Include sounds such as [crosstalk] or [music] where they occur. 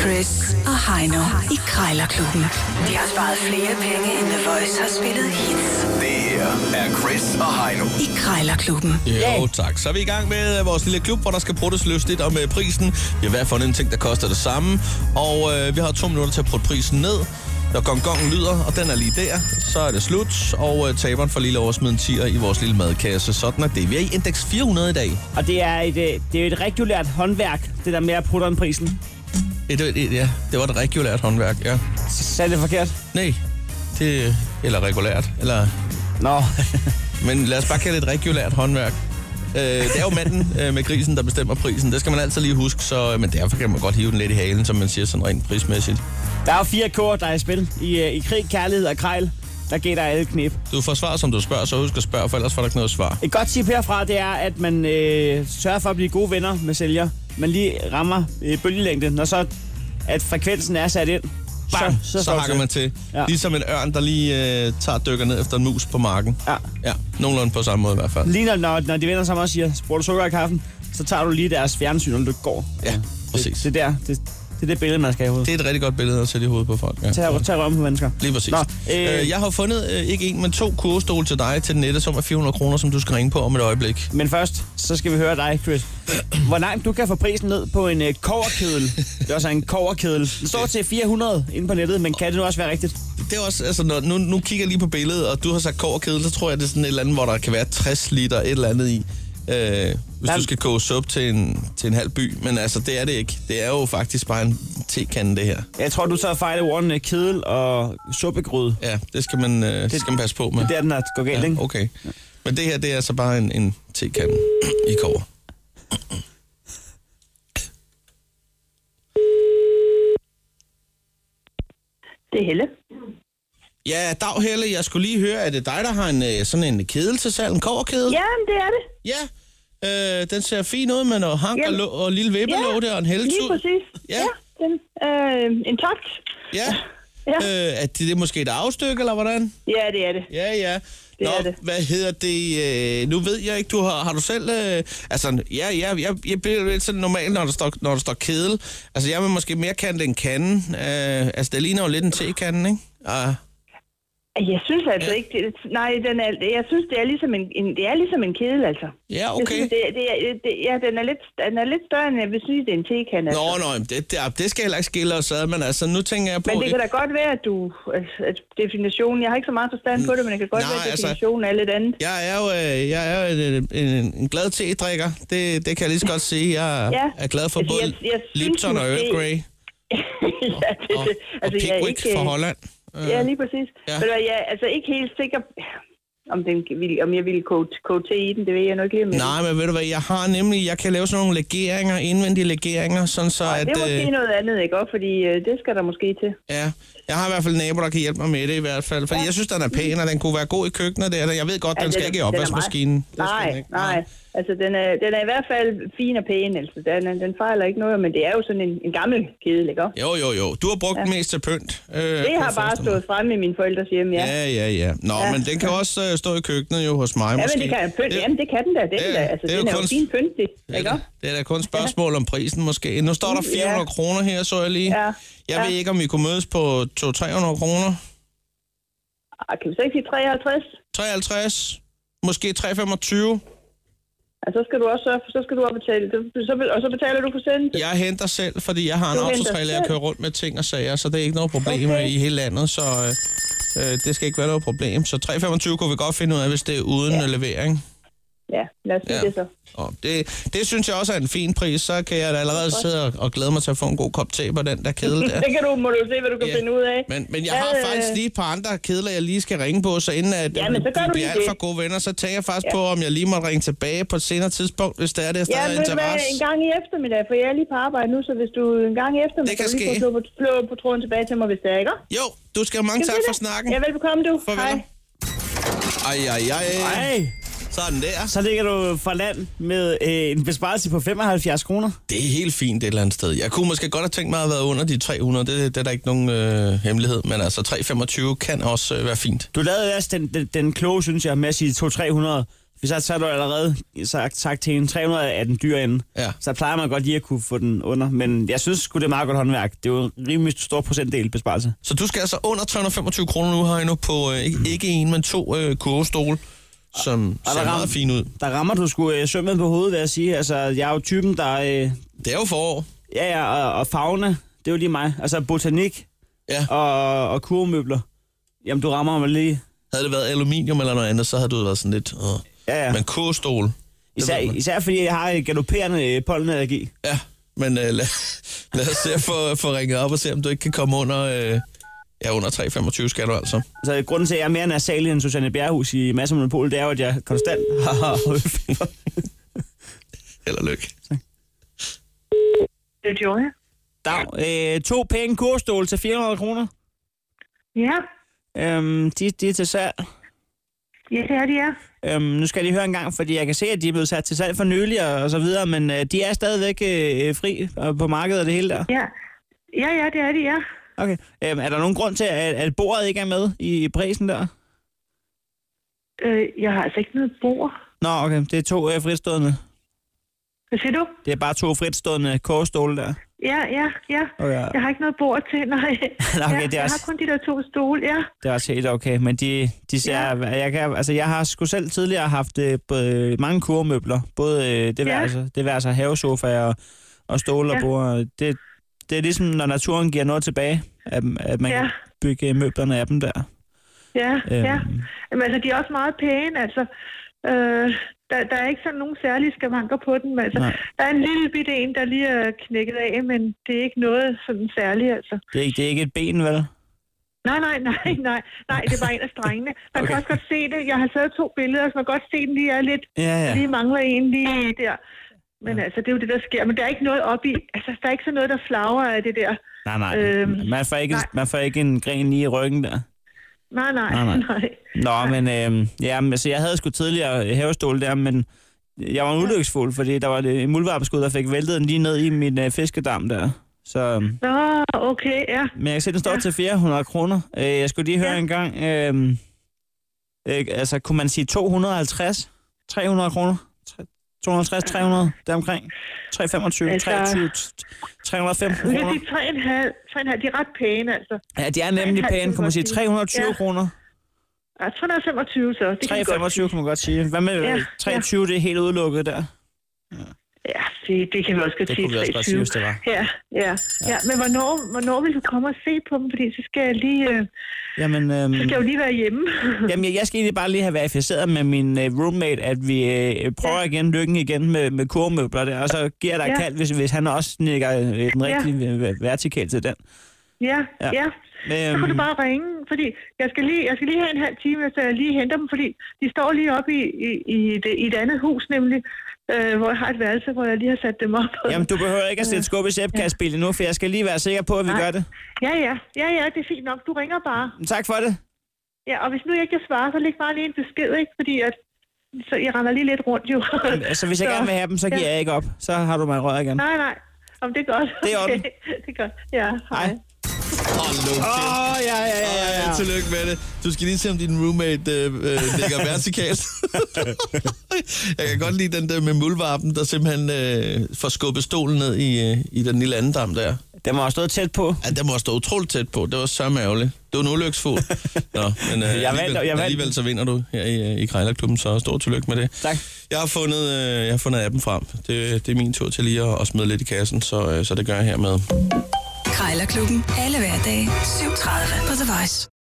Chris og Heino i Krejlerklubben. De har sparet flere penge, end The Voice har spillet hits Det her er Chris og Heino. i Krejlerklubben. Jo, tak. Så er vi i gang med øh, vores lille klub, hvor der skal pruttes lystigt om øh, prisen. Vi har hver fundet en ting, der koster det samme. Og øh, vi har to minutter til at prutte prisen ned. Når gongongen lyder, og den er lige der, så er det slut. Og øh, taberen får lige lov at smide en tier i vores lille madkasse. Sådan er det. Vi er i indeks 400 i dag. Og det er et, øh, det er et regulært håndværk, det der med at putte om prisen. Et, et, et, ja, det var et regulært håndværk, ja. Sagde jeg det forkert? Nej, det... Eller regulært, eller... Nå, [laughs] Men lad os bare kalde det et regulært håndværk. Øh, det er jo [laughs] manden øh, med grisen, der bestemmer prisen. Det skal man altid lige huske, så, øh, men derfor kan man godt hive den lidt i halen, som man siger sådan rent prismæssigt. der er jo fire kår, der er i spil. I, øh, i krig, kærlighed og krejl, der gælder alle knep. Du får svar, som du spørger, så husk at spørge, for ellers får du ikke noget svar. Et godt tip herfra, det er, at man øh, sørger for at blive gode venner med sælger. Man lige rammer øh, bølgelængden, når så at frekvensen er sat ind. Bam, så, så, slår så det hakker til. man til. Ja. Ja. Ligesom en ørn, der lige øh, tager og dykker ned efter en mus på marken. Ja. ja. Nogenlunde på samme måde i hvert fald. Lige når, når, når de vender sammen og siger, bruger du sukker i kaffen, så tager du lige deres fjernsyn, når du går. Ja, præcis. Det, det, er der, det, det er det billede, man skal have i hovedet. Det er et rigtig godt billede at sætte i hovedet på folk. Ja. Tag, tag røven på mennesker. Lige præcis. Nå, Nå, øh... øh, Øh, jeg har fundet øh, ikke en, men to kurvestole til dig til den nette, som er 400 kroner, som du skal ringe på om et øjeblik. Men først, så skal vi høre dig, Chris. Hvor langt du kan få prisen ned på en øh, koverkedel. Det er også en koverkedel. Den står til 400 inde på nettet, men kan det nu også være rigtigt? Det er også, altså, når, nu, nu kigger jeg lige på billedet, og du har sagt kog og kedel, så tror jeg, det er sådan et eller andet, hvor der kan være 60 liter et eller andet i. Øh, hvis Der- du skal koge suppe til en, til en halv by. Men altså, det er det ikke. Det er jo faktisk bare en tekande, det her. Jeg tror, du tager fejl af ordene øh, kedel og suppegryde. Ja, det skal man, øh, det skal man passe på med. Det er der, den er går galt, ikke? ja, okay. Men det her, det er altså bare en, en tekande i kover. Det er Helle. Ja, dag Helle, jeg skulle lige høre, er det dig, der har en, øh, sådan en kedel til salg, en koverkedel? Ja, men det er det. Ja. Øh, den ser fin ud med noget hank og, Jamen. lå- og lille vippelåg der og en hældetud. Lige præcis. Ja. ja den, øh, intakt. Ja. Ja. Øh, er det, det er måske et afstykke, eller hvordan? Ja, det er det. Ja, ja. Det Nå, er det. hvad hedder det? Øh, nu ved jeg ikke, du har, har du selv... Øh, altså, ja, ja, jeg, jeg bliver lidt sådan normal, når der, står, når der står kedel. Altså, jeg vil måske mere kante en kande. Øh, altså, det ligner jo lidt en tekande, ikke? Ah, Jeg synes altså ikke, det, nej, den er, jeg synes, det er ligesom en, en, det er ligesom en kedel, altså. ja, Jeg okay. synes, det, det, er- det, ja, den er, lidt, den er lidt større, end jeg vil sige, det er en tekan. Altså. Nå, nå, jamen, det, det, det skal heller ikke skille os ad, men altså, nu tænker jeg på... Men det kan da godt være, at du... altså, At definitionen... Jeg har ikke så meget forstand på det, men det kan godt Nej, være, at altså- definitionen er lidt andet. Jeg er jo, øh, jeg er jo en, en, en glad te-drikker. Det, det kan jeg lige så godt sige. Jeg Ja. er glad for Altså, både jeg- jeg synes Lipton og måske- Earl Grey. [laughs] ja, det, [laughs] og, det, altså, og jeg er Pickwick ikke, fra øh, Holland. Øh, Ja, lige præcis. Ja. Ja. Men jeg er altså ikke helt sikker, om, den, ville- om jeg ville koge, koge te i den. Det ved jeg nok ikke. om jeg Nej, men ved du hvad, jeg har nemlig, jeg kan lave sådan nogle legeringer, indvendige legeringer, sådan så vil. at, det er måske øh, noget andet, ikke? Også fordi øh, det skal der måske til. ja, jeg har i hvert fald en nabo, der kan hjælpe mig med det i hvert fald, for jeg synes, den er pæn, og den kunne være god i køkkenet, det er der. Jeg ved godt, Ja, den skal er- ikke i Altså, er meget- opvaskemaskinen. Det skal Nej, den ikke. nej. Altså, den er, den er i hvert fald fin og pæn. Altså, den, er- den fejler ikke noget, men det er jo sådan en, en gammel kedel, ikke? også? Jo, jo, jo. Du har brugt den mest til pynt. Øh, kan Det jeg har bare forestille mig. stået fremme i mine forældres hjem, ja. Ja, ja, ja. Nå, Ja. men den kan også øh, stå i køkkenet jo hos mig Ja, måske. men det kan, pynt, Det- jamen, det kan den da. Det, er den det- da. Altså, det er den jo er jo kunst. fin pyntlig, ikke? Det, det er da kun et spørgsmål om prisen måske. Nu står der Mm, 400 ja. kroner her, så jeg lige. Ja, Jeg ja. ved ikke, om vi kunne mødes på 200-300 kroner. Ah, Kan vi så ikke sige 53? 53, måske 325. Og Altså, så skal du også sørge for, så skal du også betale. det- Så, og så betaler du for sendet. Jeg henter selv, fordi jeg har en Du henter autotrailer, jeg selv? kører rundt med ting og sager, så det er ikke noget problem okay. Okay. i hele landet, så øh, øh, det skal ikke være noget problem. Så 325 kunne vi godt finde ud af, hvis det er uden ja. levering. Ja, lad os sige Ja. ja. det så. Og det, det synes jeg også er en fin pris, så kan jeg da allerede sidde og, og glæde mig til at få en god kop te på den der kedel der. [laughs] Det kan du, må du se, hvad du kan Ja. finde ud af. Men, men jeg har Øh. faktisk lige et par andre kedler, jeg lige skal ringe på, så inden at Jamen, så gør vi du bliver lige alt det. for gode venner, så tænker jeg faktisk ja. på, om jeg lige må ringe tilbage på et senere tidspunkt, hvis der er det, hvis øh, Ja, der er ved du hvad, interesse. en gang i eftermiddag, for jeg er lige på arbejde nu, så hvis du en gang i Det eftermiddag, kan kan du ske. lige få slå på, slå på tråden tilbage til mig, hvis det er, ikke? Jo, du skal have mange Skal vi tak det? for snakken. Ja, velbekomme du. Farvel. Hej. Ej, ej, ej. Ej, Sådan der. så ligger du for land med øh, en besparelse på 75 kroner. Det er helt fint et eller andet sted. Jeg kunne måske godt have tænkt mig at have været under de 300. Det, det er der ikke nogen øh, hemmelighed, men altså 325 kan også øh, være fint. Du lavede også den, den, den kloge, synes jeg, med at sige 200-300. Hvis så, så har du allerede sagt, sagt til hende, 300 er den dyre ende. Ja. Så plejer man godt lige at kunne få den under. Men jeg synes sgu, det er meget godt håndværk. Det er jo en rimelig stor procentdel besparelse. Så du skal altså under 325 kroner nu, Heino, på øh, ikke, ikke en, men to øh, kurvestole, som Og der ser rammer- meget fine ud. Der rammer du sgu øh, sømmet på hovedet, vil jeg sige. Altså, jeg er jo typen, der... Øh, Det er jo forår. ja, ja, og, og fauna, det er jo lige mig. Altså, botanik Ja. og, og kurvemøbler. Jamen, du rammer mig lige. Havde det været aluminium eller noget andet, så havde du været sådan lidt... Øh. Ja, ja. Men kurvestole, det Især, ved man. især fordi jeg har en galopperende øh, pollenallergi. Ja, men øh, [laughs] lad, lad os se at få, få ringet op og se, om du ikke kan komme under... Øh, ja, under 325 skal du altså. Altså, grunden til, at jeg er mere nasal end Susanne Bjerrehus i Masse Monopol, det er jo, at jeg konstant [laughs] har højfeber. Held og lykke. Det er Joja. Dag. Øh, to pæne kurstål til 400 kroner. Ja, Øhm, de, de er til salg. ja, det er det, ja. Øhm, nu skal jeg lige høre en gang, fordi jeg kan se, at de er blevet sat til salg for nylig og, og så videre, men øh, de er stadigvæk øh, øh, fri og på markedet og det hele der. Ja, ja, ja det er det, ja. Okay. Øhm, er der nogen grund til, at, at bordet ikke er med i prisen der? Øh, jeg har altså ikke noget bord. Nå, okay. Det er to øh, fritstående. Hvad siger du? Det er bare to fritstående kogestole der. Ja, ja, ja. Okay. Jeg har ikke noget bord [laughs] til, nej. Nå, okay, det er ja, jeg også- altså- har kun de der to stole, ja. Det er også helt okay, men de, de ser, ja. jeg, kan, altså, jeg har sgu selv tidligere haft øh, både, mange kurmøbler, både øh, det, værelse, det værelse havesofaer og, og stole og Ja. bord. og Det, det er ligesom, når naturen giver noget tilbage, at, at man ja. Ja. kan bygge møblerne af dem der. Ja, Øhm. øhm. ja. Jamen, altså, de er også meget pæne, altså. Øh, der, der er ikke sådan nogen særlige skavanker på dem, altså. Nej. Nej. Der er en lille bitte en, der lige er knækket af, men det er ikke noget sådan særligt, altså. Det er, ikke- det er ikke et ben, vel? Nej, nej, nej, [laughs] nej, nej, det var en af strengene. Man okay. Okay. kan også godt se det. Jeg har taget to billeder, så man kan godt se, den lige er lidt, Ja, ja. ja. lige mangler en lige der. Men altså, det er jo det, der sker. Men der er ikke noget op i, altså, der er ikke sådan noget, der flager af det der. Nej, nej. Øhm, man, får ikke, nej. man får ikke en gren lige i ryggen der. Nej, nej, Nej, nej. nej. [laughs] nej. Nå, men øh, ja, men, altså, jeg havde sgu tidligere havestol der, men jeg var en ulykkesfuld, fordi der var en muldvarpeskud, der fik væltet den lige ned i min øh, fiskedam der. Så, øh, Nå, okay, ja. men jeg kan se, den står ja. til 400 kroner. Øh, jeg skulle lige høre ja. Ja. en gang, øh, øh, altså kunne man sige 250, 300 kroner? Tre- 250, 300, deromkring. 325, Altså- 23, 315 Vi kan kroner. sige 3,5. 3,5, de er ret pæne, altså. Ja, de er nemlig 3,5 pæne, kunne man sige. kunne 320 Ja. kroner. Ja, 325 så. Det kan vi godt 325 sige. kan man godt sige. Hvad med Ja, øh, ja. 23, det er helt udelukket der? Ja, det, det kan vi også godt Det sige. kunne vi også godt sige, 23. hvis det var. Ja, ja, ja. Men hvornår, hvornår vil du komme og se på dem? Fordi så skal jeg lige, øh, Jamen, øhm, så skal jeg jo lige være hjemme. jamen, jeg- jeg skal egentlig bare lige have verificeret med min øh, roommate, at vi øh, prøver ja. igen lykken igen med, med kurmøbler der, og så giver der ja. Ja. kald, hvis, hvis han også nikker øh, den rigtige ja. vertikal til den. [laughs] Øhm, ja, Ja. ja. ja. Så kan du bare ringe, fordi jeg skal lige, jeg skal lige have en halv time, så jeg lige henter dem, fordi de står lige oppe i, i, i, et, i et andet hus, nemlig, øh, hvor jeg har et værelse, hvor jeg lige har sat dem op. Jamen, du behøver ikke at sætte skub i sæbkastbilen nu, for jeg skal lige være sikker på, at vi Nej. gør det. [laughs] Ja, ja, ja, ja, det er fint nok. Du ringer bare. Men Tak for det. Ja, og hvis nu jeg ikke kan svare, så læg bare lige en besked, ikke? Fordi at, så jeg render lige lidt rundt jo. Altså, hvis jeg Så, gerne vil have dem, så giver ja. jeg ikke op. Så har du mig i røret igen. Nej, nej. Om det er godt. Det er i orden. okay. [laughs] Det er godt. Ja, hej. Hej. Åh, oh, ja, ja, ja, ja, ja. Ja, tillykke med det. Du skal lige se, om din roommate øh, øh, ligger vertikalt. [laughs] jeg kan godt lide den der med muldvarpen, der simpelthen øh, får skubbet stolen ned i, øh, i den lille andendam der. Den var også stået tæt på. Ja, den må stå utroligt tæt på. Det var så ærgerligt. Det var en [laughs] ulykkesfugl. Nå, men øh, vandt, alligevel, jeg vandt. alligevel så vinder du her i, øh, i Krejlerklubben, så stort tillykke med det. Tak. Jeg har fundet, øh, jeg har fundet appen frem. Det, det er min tur til lige at, at smide lidt i kassen, så, øh, så det gør jeg hermed. Krejlerklubben. Alle hverdage. 7.30 på The Voice.